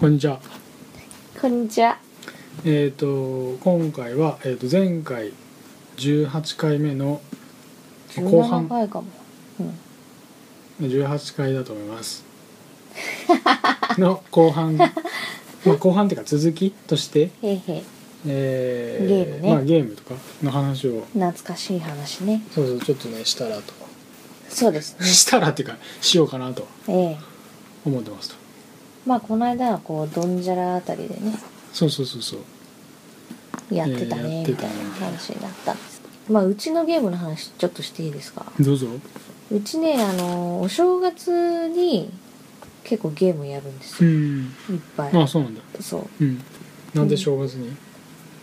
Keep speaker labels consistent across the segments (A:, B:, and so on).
A: こんにちは。
B: こんにちは。
A: えっ、と今回はえっ、と前回18回目の後
B: 17
A: 半
B: 回かも。うん。
A: 18回だと思います。 の後半、まあ後半っていうか続きとして、
B: へいへい。
A: えー
B: ゲームね
A: まあゲームとかの話を
B: 懐かしい話ね。
A: そうそうちょっとねしたらと
B: そうです ね。
A: したらっていうかしようかなと
B: ええ
A: 思ってますと。
B: まあこの間はこうドンジャラあたりでね
A: そうそうそうそう。
B: やってた
A: ええや
B: ね
A: って
B: み
A: た
B: た
A: ね
B: いな話になったんです。まあうちのゲームの話ちょっとしていいですか。
A: どうぞ。
B: うちねあのお正月に結構ゲームやるんです
A: う
B: よ。
A: ん。
B: いっぱい。
A: あそうなんだ。
B: そう
A: うん。なんで正月に、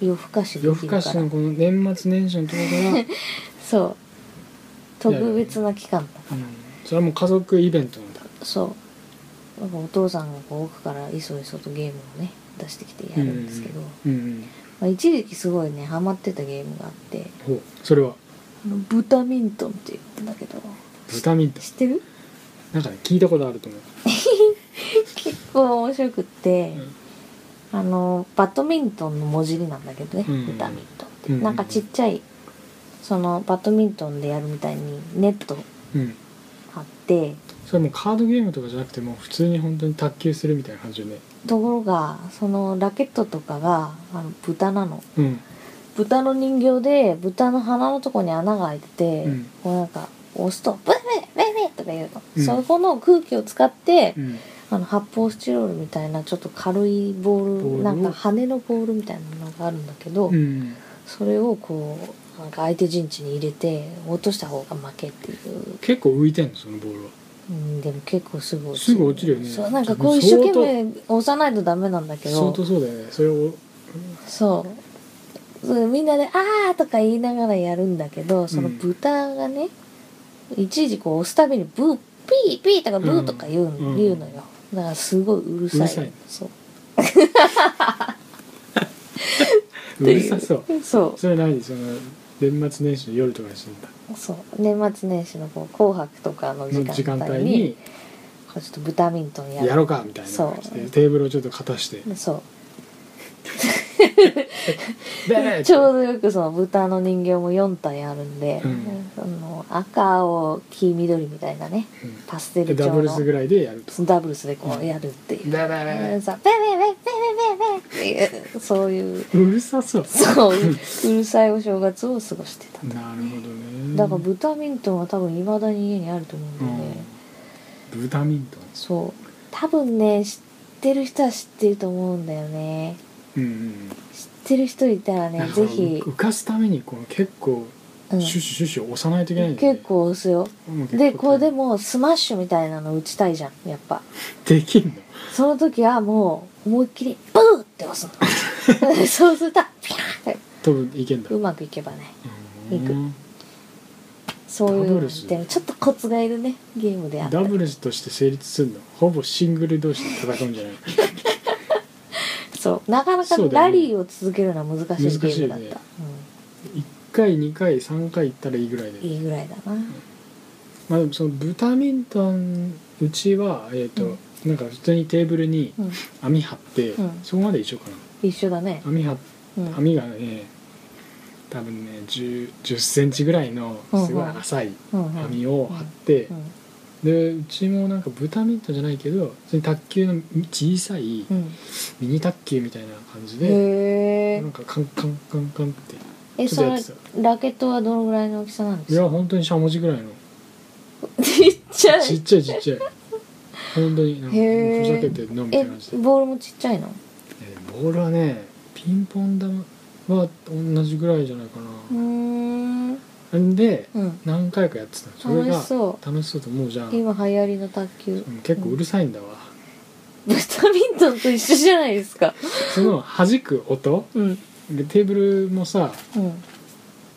B: 夜更かしで
A: 夜
B: き
A: 更
B: る
A: か
B: か
A: し
B: ら
A: の。この年末年始のところから。
B: そう。特別な期間
A: う
B: だ。
A: んそれはもう家族イベントなんだ
B: そうなんかお父さんがこう奥からいそいそとゲームをね出してきてやるんですけど、ま
A: うんうん
B: あ、一時期すごいねハマってたゲームがあって
A: ほうそれは
B: あのブタミントンっていうんだけど
A: ブタミントン
B: 知ってる
A: なんかね聞いたことあると思う
B: 結構面白くって、あのバドミントンの文字になんだけどね、
A: うん
B: ブタミントンって、
A: うん
B: なんかちっちゃいそのバドミントンでやるみたいにネット
A: うん、うん、
B: 張って
A: それもうカードゲームとかじゃなくてもう普通に本当に卓球するみたいな感じでね
B: ところがそのラケットとかがあの豚なの
A: うん
B: 豚の人形で豚の鼻のとこに穴が開いてて、
A: うん
B: こうなんか押すと「ブレブレブレ!」とか言うの、
A: うん
B: そこの空気を使って、
A: うん
B: あの発泡スチロールみたいなちょっと軽いボール
A: ボールを
B: なんか羽のボールみたいなのがあるんだけど、
A: うん
B: それをこうなんか相手陣地に入れて落とした方が負けっていう、
A: 結構浮いてんのそのボールは
B: うん、でも結構すぐ落ち
A: すぐ落ちるよね
B: そうなんかこう一生懸命押さないとダメなんだけど
A: 相当そうだよねそれを
B: そうそうみんなで「あー」とか言いながらやるんだけどその
A: うん
B: 豚がね、一時こう押すたびに「ブーピーピー」とか「ブー」とか言う,、
A: うん
B: 言うのよだからすごいうるさいの
A: うるさい
B: そう
A: うるさそう
B: っていそう
A: それ何その年末年始の夜とかにしてんだ
B: そう年末年始のこう紅白とかの時
A: の時間
B: 間帯
A: 帯
B: に
A: に
B: こうちょっと豚ミントンやる
A: やろうかみたいな感じで
B: そう
A: テーブルをちょっと片 して
B: そう
A: で
B: ちょうどよくその豚の人形も4体あるんで、
A: うん
B: その赤青黄緑みたいなね
A: うん
B: パステ
A: で
B: ル調
A: ダブル
B: の
A: スぐらいでやると
B: そのダブルスでこうやるっていう。
A: だだだ
B: さペペペペペペペっていうそういう
A: うるさそう
B: そういううるさいお正月を過ごしてた
A: なるほどね
B: だから豚ミントンは多分いまだに家にあると思うんだよね、
A: うん、豚ミントン
B: そう多分ね知ってる人は知ってると思うんだよね
A: うんうん
B: 知ってる人いたら
A: な
B: ね
A: んか
B: ぜひ、
A: 浮かすためにこの結構
B: う
A: シ
B: ん
A: ュッシュシュッシュ押さないといけないんだよね
B: 結構押すよ
A: うん結構
B: でこうでもスマッシュみたいなの打ちたいじゃんやっぱ
A: できんの
B: その時はもう思いっきりブーって押すのそうするとピャーっ
A: 多分いけんだ
B: てうまくいけばね
A: うん
B: いくそうい
A: ダブ
B: うの
A: ルス
B: でもちょっとコツがいるねゲームであった
A: ダ
B: ら
A: ブルスとして成立するのほぼシングル同士で戦うんじゃない
B: そうなかなか
A: そうだよね
B: ラリーを続けるのは難しいゲームだった
A: 難しいよね1回2回3回いったらいいぐらいで
B: うん、いいぐらいだな、
A: まあでもその豚ミントンうちはえっ、と、なんか普通にテーブルに
B: うん、
A: 網張って、
B: うん
A: そこまで一緒かな
B: 一緒だね、
A: 網張っ
B: うん、
A: 網がね多分ね1 0センチぐらいのすごい浅い
B: うんうん
A: 網を張って
B: うん
A: でうちもなんか豚ミントじゃないけど普通に卓球の小さい
B: うん
A: ミニ卓球みたいな感じで
B: へ
A: な
B: ー
A: んかカンカンカンカンって
B: え
A: ちょっ
B: そ
A: と
B: の
A: やって
B: ラケットはどのぐらいの大きさなんで
A: い
B: す
A: や
B: か
A: 本当にしゃもじぐらいの
B: ちっちゃ
A: ちっ
B: い
A: ちゃいちっちゃい本当になんか
B: へー
A: ふざけてんのみたい
B: え
A: な感じで
B: ボールもちっちゃいの
A: えーボールはねピンポン玉は同じぐらいじゃないか
B: うーん
A: な、ん、で
B: うん
A: 何回かやってたのそれ
B: 楽
A: が
B: しそ
A: 楽しそうと思うじゃん
B: う今流行りの卓球
A: うん結構うるさいんだわ、
B: ブタミントンと一緒じゃないですか
A: その弾く音
B: うん
A: でテーブルもさ
B: うん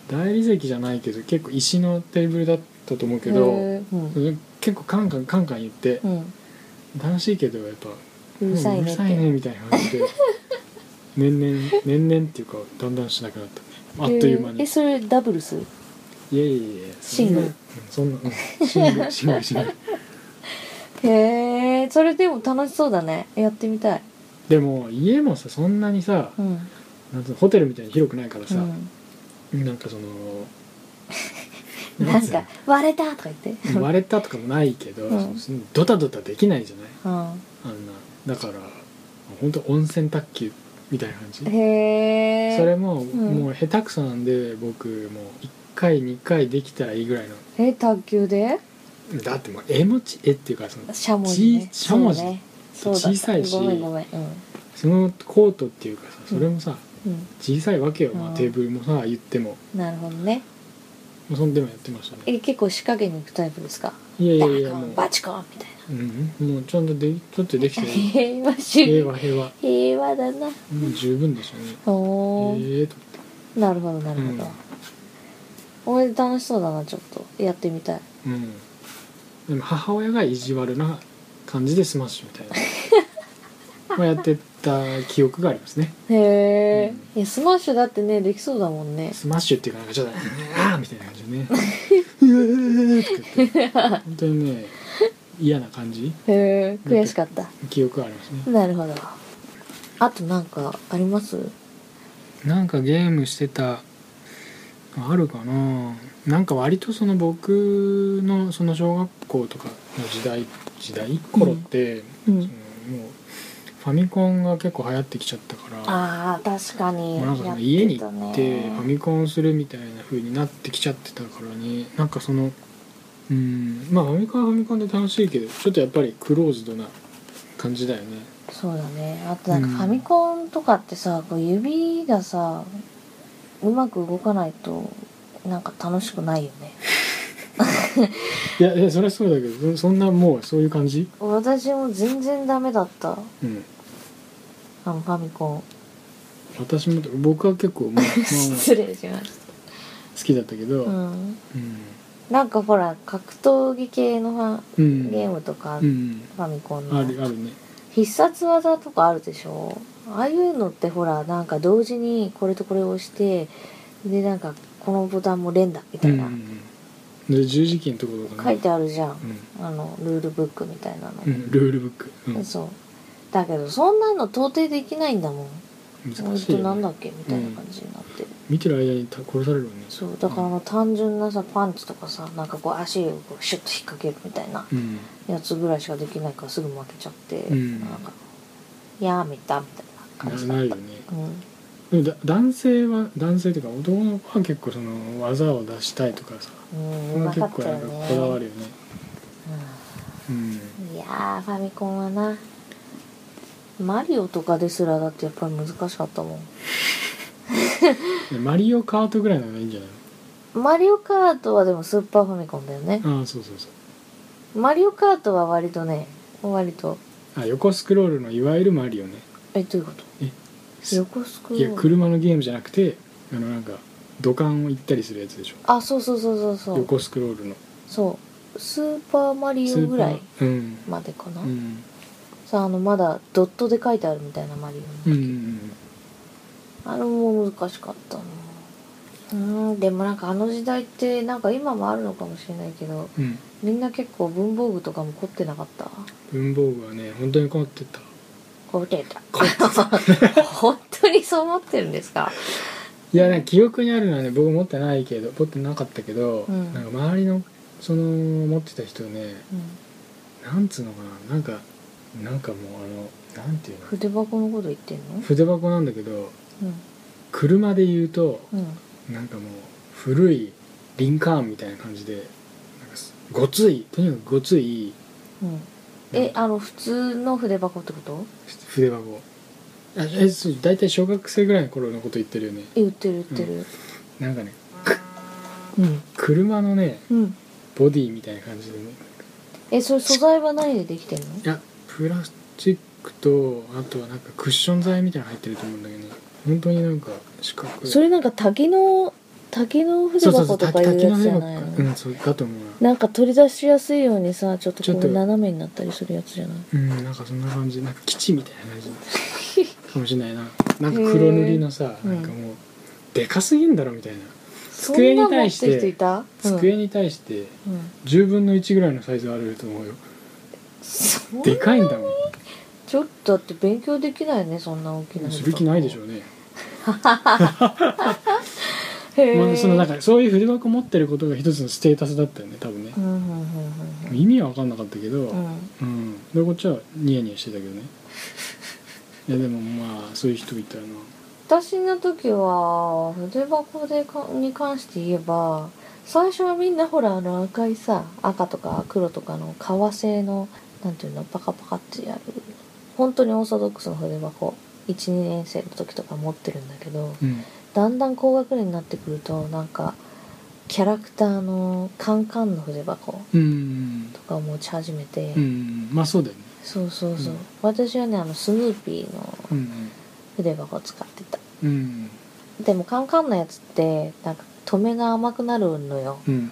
A: 大理石じゃないけど結構石のテーブルだったと思うけど
B: へーうん
A: うん結構カンカンカンカン言って
B: うん
A: 楽しいけどやっぱ
B: うるさいねって
A: うんうるみたいな感じで 年々年々っていうかだんだんしなくなったねあっという間
B: え
A: に
B: ーえそれダブルス
A: いやいやいや
B: シングル
A: そんなうんそんなうんシングルシングルシングル
B: へえそれでも楽しそうだねやってみたい
A: でも家もさそんなにさ
B: うん
A: なんつうのホテルみたいに広くないから
B: う
A: さ、
B: ん
A: なんかその
B: なん
A: つうの
B: か割れたとか言って
A: 割れたとかもないけど、
B: うん
A: そのドタドタできないじゃない
B: うん
A: あんなだから本当温泉卓球みたいな感じ、
B: へえ
A: それも、
B: ん
A: もう下手くそなんで僕もう1回2回できたらいいぐらいの
B: え卓球で
A: だってもう絵文字絵っていうかその
B: しゃもじね
A: ちしゃもじ
B: そうねそうだ
A: 小さいし
B: ごめんごめんうん
A: そのコートっていうかさそれもさ、
B: うん
A: 小さいわけよ、ま
B: う
A: あ、
B: ん
A: テーブルもさ言っても
B: なるほどね
A: もうそんでもやってましたね
B: え結構仕掛けに行くタイプですか
A: いやい
B: バ
A: やいや
B: カ
A: も
B: ン
A: う
B: バチコンみたいな
A: うん、もうちゃんとでちょっとできてる
B: 平和主
A: 平
B: 義
A: 和平和
B: 平和だな
A: もう十分でしょうね
B: おー
A: ええと
B: なるほどなるほ
A: うん
B: どおめで楽しそうだなちょっとやってみたい
A: うんでも母親が意地悪な感じでスマッシュみたい なまあやってた記憶がありますね
B: へえ
A: う
B: いやスマッシュだってねできそうだもんね
A: スマッシュっていうかなんかちょっと「ああ」みたいな感じで ね「うえー」とか言って本当にね嫌な感じ
B: へえ悔しかった
A: 記憶がありますね
B: なるほどあとなんかあります
A: なんかゲームしてたあるかななんか割とその僕のその小学校とかの時代時代頃って、
B: う
A: そ
B: ん
A: のもうファミコンが結構流行ってきちゃったから
B: あー確かに
A: もうなんかその家に行ってファミコンするみたいな風になってきちゃってたからねなんかそのうんまあファミコンはファミコンで楽しいけどちょっとやっぱりクローズドな感じだよね
B: そうだねあとなんかファミコンとかってさ、こう指がさうまく動かないとなんか楽しくないよね
A: いやいやそれはそうだけどそそんなもうそういう感じ
B: 私も全然ダメだった
A: うん
B: あのファミコン
A: 私も僕は結構、 まあまあ
B: 失礼しまし
A: 好きだったけど、
B: た、
A: う
B: うんん、なんかほら格闘技系のファ
A: うん
B: ゲームとか、
A: う
B: フ
A: ん、
B: ァミコン
A: あ
B: の
A: るあるね
B: 必殺技とかあるでしょああいうのってほらなんか同時にこれとこれを押してでなんかこのボタンも連打みた
A: う
B: い
A: ん
B: な、
A: うんで十字キーのところとか
B: 書
A: ね
B: いてあるじゃん
A: うん
B: あのルールブックみたいなの、
A: うん、ルールブック、うん、
B: そうだけどそんなの到底できないんだもんほ
A: 難
B: ん
A: しい
B: と
A: よ、ね、
B: なんだっけみたいな感じになって、
A: 見てる間にた殺されるよね
B: そうだからあの単純なさパンチとかさなんかこう足をこうシュッと引っ掛けるみたいな
A: うん
B: やつぐらいしかできないからすぐ負けちゃって、
A: ん
B: なんかやめたみたいな感じ
A: な
B: だ
A: らな
B: っ
A: い
B: た
A: よね
B: うん
A: でもだ男性は男性というか男の子は結構その技を出したいとかさ
B: うん、
A: そうれは
B: まか
A: 結
B: っ
A: 構
B: た
A: な
B: よ
A: んか
B: ね
A: こだわるよねうん
B: うんいやーファミコンはなマリオとかですらだってやっぱり難しかったも
A: でマリオカートぐらいならいいんじゃない
B: んマリオカートはでもスーパーファミコンだよね
A: のああそうそうそう
B: マリオカートは割とね割と
A: あ横スクロールのいわゆるマリオね
B: えどういうこと
A: え
B: 横スクロ
A: いや
B: ール
A: 車のゲームじゃなくてあのなんか土管を行ったりするやつでしょ
B: あそうそうそうそうそう
A: 横スクロールの
B: そうスーパーマリオぐらい
A: スーパーうん
B: までかな、
A: うん
B: さあのまだドットで書いてあるみたいなマリオ
A: うん
B: の、
A: うん
B: あれも難しかったなうんでもなんかあの時代ってなんか今もあるのかもしれないけど
A: うん
B: みんな結構文房具とかも凝ってなかった
A: 文房具はね本当に困ってた
B: 凝ってた
A: 凝ってた
B: 本当にそう思ってるんですか
A: いやなんか記憶にあるのはね僕持ってないけど持ってなかったけど、
B: うん
A: なんか周りのその持ってた人ね
B: うん
A: なんつうのかななんかなんかもうあのなんていうの
B: 筆箱のこと言ってんの
A: 筆箱なんだけど
B: う
A: 車で言うと
B: んうん
A: なんかもう古いリンカーンみたいな感じでなんかすごついとにかくごつい
B: うんえ
A: なんか
B: あの普通の筆箱ってこと
A: 筆箱あえそう大体小学生ぐらいの頃のこと言ってるよね
B: え売ってる売ってる
A: なんかね
B: うん
A: 車のね
B: うん
A: ボディみたいな感じでね
B: えそれ素材は何でできてんの
A: いやプラスチックとあとはなんかクッション材みたいなの入ってると思うんだけどね本当になんか四角い
B: それなんか滝の滝の筆箱とかいうやつじゃないの
A: かうんそうだと思うな
B: なんか取り出しやすいようにさちょっとこ
A: ちょ
B: う
A: っと
B: 斜めになったりするやつじゃない
A: うんなんかそんな感じなんか基地みたいな感じかもしれないななんか黒塗りのさ
B: へー
A: なんかもうでかすぎんだろみたいな
B: そん
A: 机
B: な
A: に
B: 持
A: 対
B: っ
A: して
B: る人い
A: て
B: た
A: 机に対して
B: うんうん
A: 10分の1ぐらいのサイズはあると思うよ
B: そん
A: でかいんだもん
B: ちちょっとだって勉強できないねそんな大きな
A: する気ないでし
B: ょ
A: ょうね、
B: へ
A: まあ、
B: え
A: そのなんかそういう筆箱持ってることが一つのステータスだったよね多分ね
B: う、んうんうんうん
A: 意味は分かんなかったけど、
B: うんうん
A: うん、でこっちはニヤニヤしてたけどねいやでもまあそういう人いたよな
B: 私の時は筆箱でかに関して言えば最初はみんなほらあの赤いさ赤とか黒とかの革製のなんていうのパカパカってやる本当にオーソドックスの筆箱12年生の時とか持ってるんだけど
A: うん
B: だんだん高学年になってくるとなんかキャラクターのカンカンの筆箱
A: うん
B: とかを持ち始めて、
A: うんまあそうだよね
B: そうそうそう、
A: うん
B: 私はねあのスヌーピーの
A: うん
B: 筆箱を使ってた
A: うん
B: でもカンカンのやつってなんか止めが甘くなるのよ
A: うん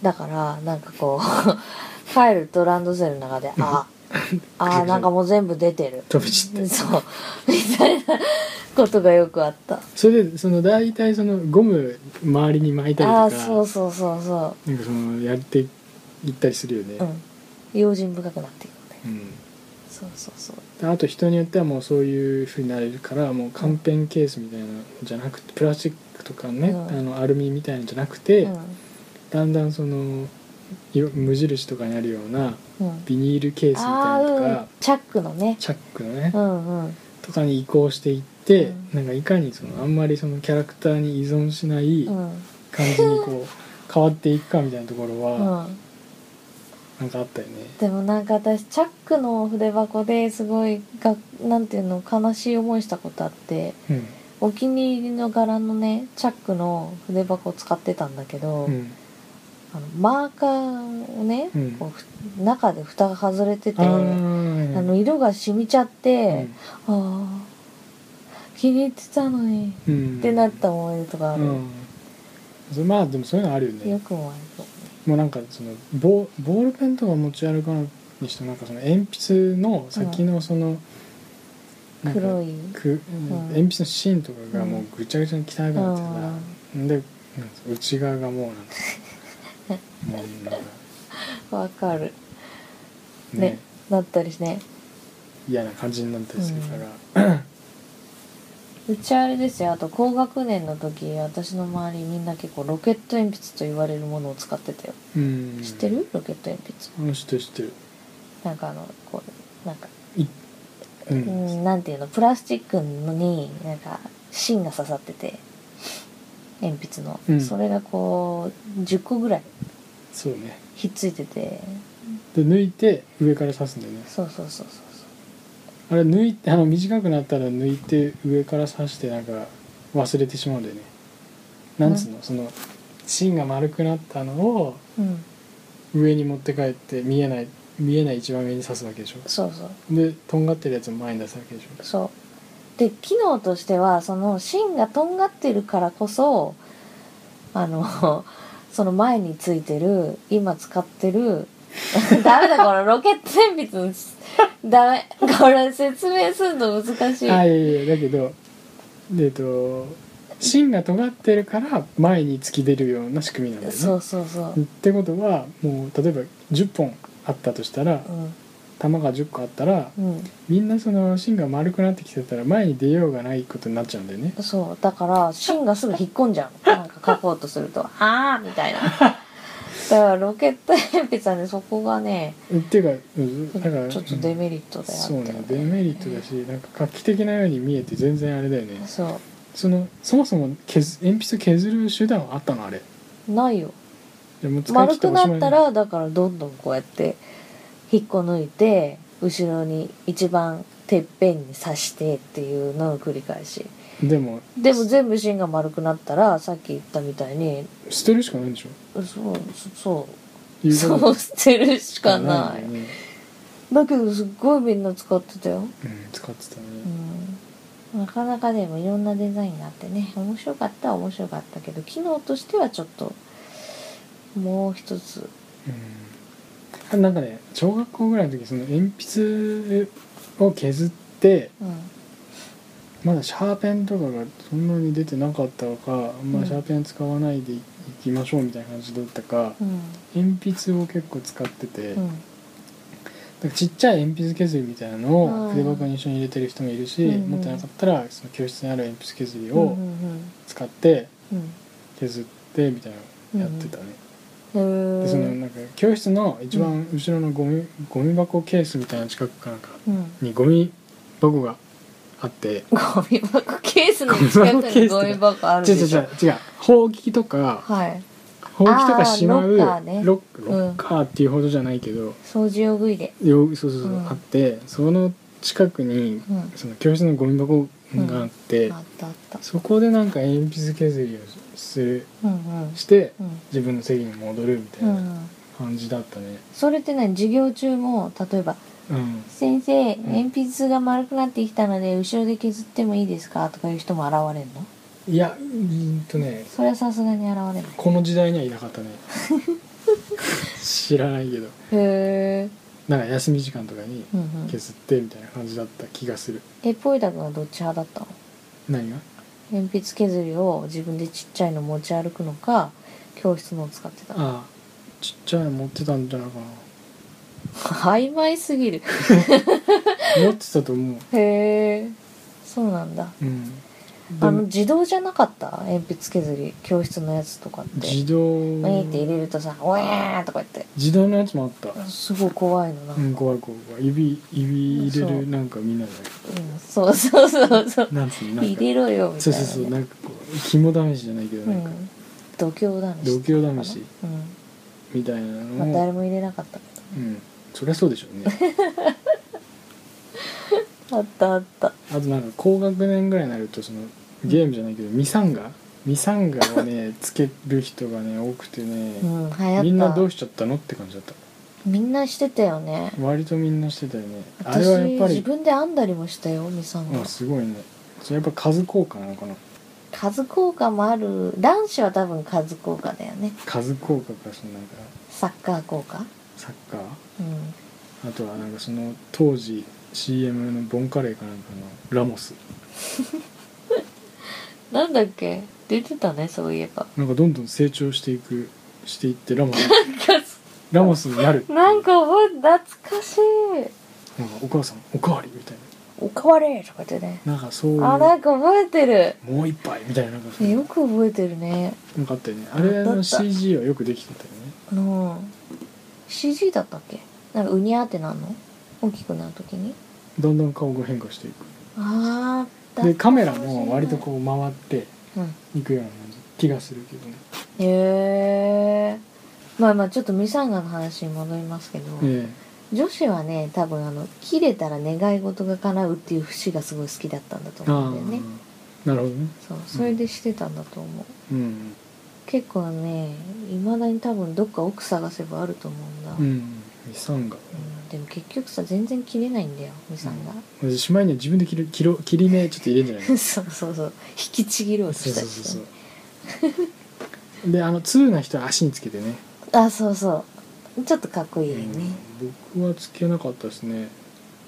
B: だからなんかこう 帰るとランドセルの中で「ああーなんかもう全部出てる
A: 飛び散っ」て
B: そうみたいなことがよくあった
A: それでその大体そのゴム周りに巻いたりと
B: あ
A: か
B: あーそうそうそうそ
A: なんかそのやっていったりするよね
B: ううん用心深くなっていくよね
A: うん
B: そうそうそう
A: であと人によってはもうそういうふうになれるからもうカンペンケースみたいなのじゃなくてプラスチックとかね、
B: うん
A: あのアルミみたいなのじゃなくて、
B: う
A: だんだんそのよ無印とかにあるようなん
B: うん
A: ビニールケースみたい
B: あ
A: なのと
B: ー
A: か、
B: うんチャックのね
A: チャックのね、
B: うんうん
A: とかに移行していって、
B: うん
A: なんかいかにそのあんまりそのキャラクターに依存しない
B: うん
A: 感じにこう変わっていくかみたいなところは
B: うん
A: なんかあったよね。
B: でもなんか私チャックの筆箱ですごいがなんていうの悲しい思いしたことあって
A: うん
B: お気に入りの柄のねチャックの筆箱を使ってたんだけど、
A: うん
B: あのマーカーをね、
A: うん
B: こうふ中で蓋が外れてて
A: あ
B: あ
A: ー
B: の色が染みちゃって、ああ気に入ってたのに、
A: うんうん
B: ってなった思い出とかあ
A: う
B: る、
A: んそれまあでもそういうのあるよね
B: よくもあるよね
A: もうなんかそのボボールペンとか持ち歩かないにしてもなんかその鉛筆の先のその、なんか
B: 黒い
A: く
B: ん
A: 鉛筆の芯とかがもうぐちゃぐちゃに汚くなってたら、でなんか内側がもう なんかもうなんか
B: わかる
A: ね
B: ねなったりしね
A: 嫌な感じになったりするから、
B: うちあれですよあと高学年の時私の周りみんな結構ロケット鉛筆と言われるものを使ってたよ、
A: うん、
B: 知ってるロケット鉛筆
A: うん知ってる知ってる
B: なんかあのこうなんか、
A: う、
B: うんん、なんていうのプラスチックのになんか芯が刺さってて鉛筆の、
A: うん
B: それがこう10個ぐらい
A: そうね
B: ひっついてて
A: で抜いて上から刺すんだよね
B: そうそうそうそう
A: あれ抜いてあの短くなったら抜いて上から刺してなんか忘れてしまうんだよねなんつうの、その芯が丸くなったのを
B: そううん
A: 上に持って帰って見えない見えない一番上に刺すわけでしょ
B: そうそう
A: でとんがってるやつを前に出すわけでしょ
B: そうで機能としてはその芯がとんがってるからこそあの その前についてる今使ってる ダメだこのロケット鉛筆の ダメこれ説明するの難しい
A: あいやいやいやだけどでえっと芯が尖ってるから前に突き出るような仕組みなんだ
B: そ
A: よ
B: うそうそ
A: ねってことはもう例えば10本あったとしたら
B: ううん
A: 玉が10個あったら
B: うん
A: みんなその芯が丸くなってきてたら前に出ようがないことになっちゃうんだよね
B: そうだから芯がすぐ引っ込んじゃ うなんか書こうとすると「あー」みたいなだからロケット鉛筆はねそこがね
A: っていうかうんだから
B: ちょっとデメリットだよ
A: そうねデメリットだしなんか画期的なように見えて全然あれだよね
B: そう
A: そのそもそも削鉛筆削る手段はあったのあれ
B: ないよ
A: でもう使い切
B: 丸
A: ってお
B: く
A: し
B: な
A: まい
B: ったらだからどんどんこうやって引っこ抜いて後ろに一番てっぺんに刺してっていうのの繰り返し
A: でも
B: でも全部芯が丸くなったらさっき言ったみたいに
A: 捨てるしかないんでしょ
B: そうそ
A: 言
B: う
A: うこ
B: そ
A: と
B: う捨てるしかない
A: よね
B: だけどすっごいみんな使ってたよ、
A: うん使ってたね
B: うん、なかなかでもいろんなデザインがあってね面白かったは面白かったけど機能としてはちょっともう一つ
A: うんあなんかね小学校ぐらいの時その鉛筆を削って
B: うん
A: まだシャーペンとかがそんなに出てなかったのか、まあ、
B: うん
A: シャーペン使わないでいきましょうみたいな感じだったか、
B: うん
A: 鉛筆を結構使ってて、
B: うん
A: なんかちっちゃい鉛筆削りみたいなの
B: う
A: を
B: ん
A: 筆箱に一緒に入れてる人もいるし、
B: うんうん
A: 持ってなかったらその教室にある鉛筆削り
B: うんう
A: を
B: ん
A: 使って
B: うん
A: 削ってみたいなのやってたね、
B: うんへ
A: でその
B: ー
A: なんか教室の一番後ろのゴミゴミ箱ケースみたいな近くかなんか
B: うん
A: にゴミ箱があって
B: ゴミ箱ケースの近くに ゴミ箱ある
A: 違う
B: で
A: 違う
B: し
A: 違
B: ょ
A: う違うほうきとか
B: はい
A: ほうきとかしまう
B: あーロッカーね
A: ロッ
B: うん
A: ロッカーっていうほどじゃないけど、
B: 掃除用具入れ
A: よそうそうそう、
B: うん
A: あってその近くに
B: うん
A: その教室のゴミ箱があって、
B: あったあった
A: そこでなんか鉛筆削りをする
B: うんうん
A: して
B: うん
A: 自分の席に戻るみたいうなん感じだったね。
B: それってね授業中も例えば
A: うん
B: 「先生鉛筆が丸くなってきたので後ろで削ってもいいですか?」とかいう人も現れるの
A: いやうーんとね
B: それはさすがに現れない
A: この時代にはいなか ったね知らないけど
B: へえ
A: なんか休み時間とかに
B: うんうん
A: 削ってみたいな感じだった気がする
B: えポイタ君はどっち派だったの
A: 何が
B: 鉛筆削りを自分でちっちゃいの持ち歩くのか教室のを使ってたの
A: ああちっちゃいの持ってたんじゃないかな
B: 曖昧すぎる
A: 持ってたと思う
B: へえそうなんだ
A: うんで
B: あの
A: も
B: 自動じゃなかった鉛筆削り教室のやつとかってウィ
A: 自動
B: ーって入れるとさ「ウェー」とか言っ
A: 自動のやつもあった
B: てすごい怖いのな、う
A: うんん怖い怖い怖い指指入れ
B: そう
A: るなんかみんなで
B: そうそうそうそう
A: なんつうのなん
B: 入
A: か
B: れろよみ
A: そ
B: たいうな、
A: そ
B: ね、
A: うそうなんかこう肝試しじゃないけど
B: う
A: なんか
B: ん度胸試し
A: 度胸試し
B: う
A: みたいなん
B: まあ、
A: のを
B: 誰も入れなかったけ
A: うんそりゃそうでしょうね
B: どあったあった
A: あとなんか高学年ぐらいになるとそのゲームじゃないけどミサンガミサンガをねつける人がね多くて
B: う
A: ね、
B: ん流行った
A: みんなどうしちゃったのって感じだった
B: みんなしてたよね
A: 割とみんなしてたよねあ
B: 私
A: れはやっぱ
B: 自
A: り
B: 分で編んだりもしたよみさんが
A: あすごいねそれやっぱ数効果なのかな
B: 数効果もある男子は多分数効果だよね
A: 数効果かそのなんか
B: サッカー効果
A: サッカー
B: うん
A: あとはなんかその当時 CM のボンカレーかなんかのラモス
B: なんだっけ出てたねそういえば
A: なんかどんどん成長していくしていってラモスラモスになる
B: なんか覚え懐かしい
A: なんかお母さんおかわりみたい
B: おかわりとか言ってね
A: ななんかそういう
B: あなんか覚えてる
A: もう一杯みたいななんかそう
B: ねよく覚えてるね
A: なんかあったよねあれ
B: あった
A: の
B: あった
A: CG はよくできてたよね
B: うん CG だったっけなんかうにゃーってなんの大きくなるときに
A: だんだん顔が変化していく
B: ああ
A: でカメラも割とこう回って
B: う、うん、
A: いくような感じ気がするけどね
B: へえまあまあちょっとミサンガの話に戻りますけど、
A: え
B: 女子はね多分あの切れたら願い事が叶うっていう節がすごい好きだったんだと
A: えあ
B: 思
A: あ
B: うんだよね
A: なるほどね
B: そうそれでしてたんだと思う、
A: うん
B: 結構ねいまだに多分どっか奥探せばあると思うんだ、
A: う
B: うん
A: んミサンガ
B: でも結局さ全然切れないんだよミサンガ、
A: でしまいには自分で切る切ろ切り目ちょっと入れるんじゃない
B: そうそうそう引きちぎろうと
A: そう
B: し
A: そ
B: た
A: う
B: し
A: そうそう であの通な人は足につけてね
B: あそうそうちょっとかっこいいよね、
A: うん僕はつけなかったですね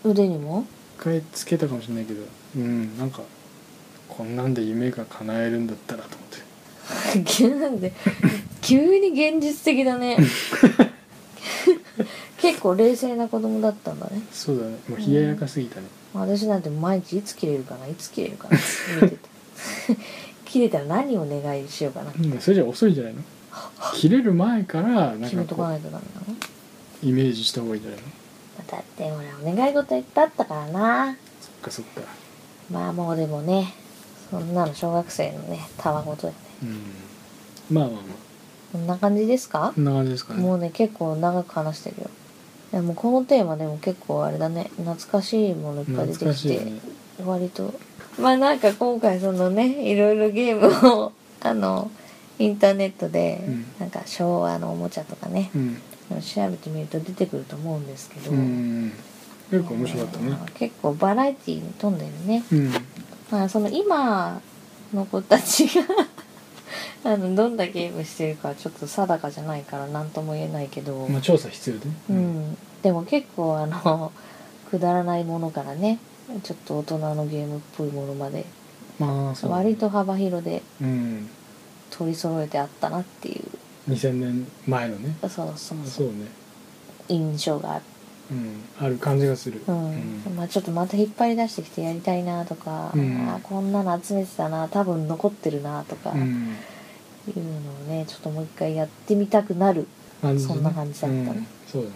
B: 腕にも
A: 一回つけたかもしれないけどうんなんかこんなんで夢が叶えるんだったらと思って
B: 急なんで急に現実的だね結構冷静な子供だったんだね
A: そうだねもう冷ややかすぎたね、
B: 私なんて毎日いつ切れるかないつ切れるかなって見てた切れたら何をお願いしようかな
A: うんそれじゃ遅いんじゃないの切れる前からなん
B: 決め
A: か
B: とか
A: こ
B: な
A: う
B: いとダメなの
A: イメージした方がいいんじゃないの
B: だってほらお願い事いっぱいあったからな
A: そっかそっか
B: まあもうでもねそんなの小学生のねたわごとだよね
A: うんまあまあまあ
B: こんな感じですか
A: こんな感じですかね
B: もうね結構長く話してるよいやもうこのテーマでも結構あれだね懐かしいものいっぱい出
A: 懐
B: て
A: か
B: き
A: しい
B: て、
A: よね
B: 割とまあなんか今回そのねいろいろゲームを あのインターネットで、
A: うん
B: なんか昭和のおもちゃとかね
A: うん、
B: 調べてみると出てくると思うんですけど、
A: うん、結構面白かったね
B: あー結構バラエティーに富んでるね、
A: うん
B: まあ、その今の子たちが あのどんなゲームしてるかちょっと定かじゃないから何とも言えないけど、
A: まあ調査必要でね
B: う、ん、でも結構あの くだらないものからねちょっと大人のゲームっぽいものまで
A: まあそう
B: 割と幅広で
A: うん
B: 取り揃えてあったなってい
A: 2000年前のね
B: うそうそう
A: そうね
B: 印象がある
A: うん、ある感じがする、
B: うんまあ、ちょっとまた引っ張り出してきてやりたいなとか、
A: うん
B: あーこんなの集めてたな多分残ってるなとか
A: う、
B: いうんのをねちょっともう一回やってみたくなる、
A: 感じでね
B: そんな感じだったね
A: うんそうだね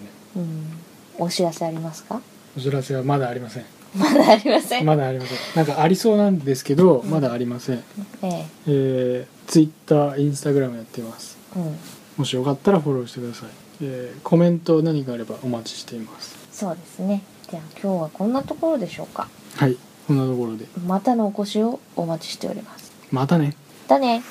B: うん、お知らせありますか
A: お知らせはまだありません
B: まだありません、
A: まだありませんなんかありそうなんですけど、
B: うん
A: まだありません
B: ええ
A: えー、Twitter インスタグラムやってます
B: うん、
A: もしよかったらフォローしてください、えーコメント何かあればお待ちしています
B: そうですねじゃあ今日はこんなところでしょうか
A: はいこんなところで
B: またのお越しをお待ちしております
A: またね
B: だね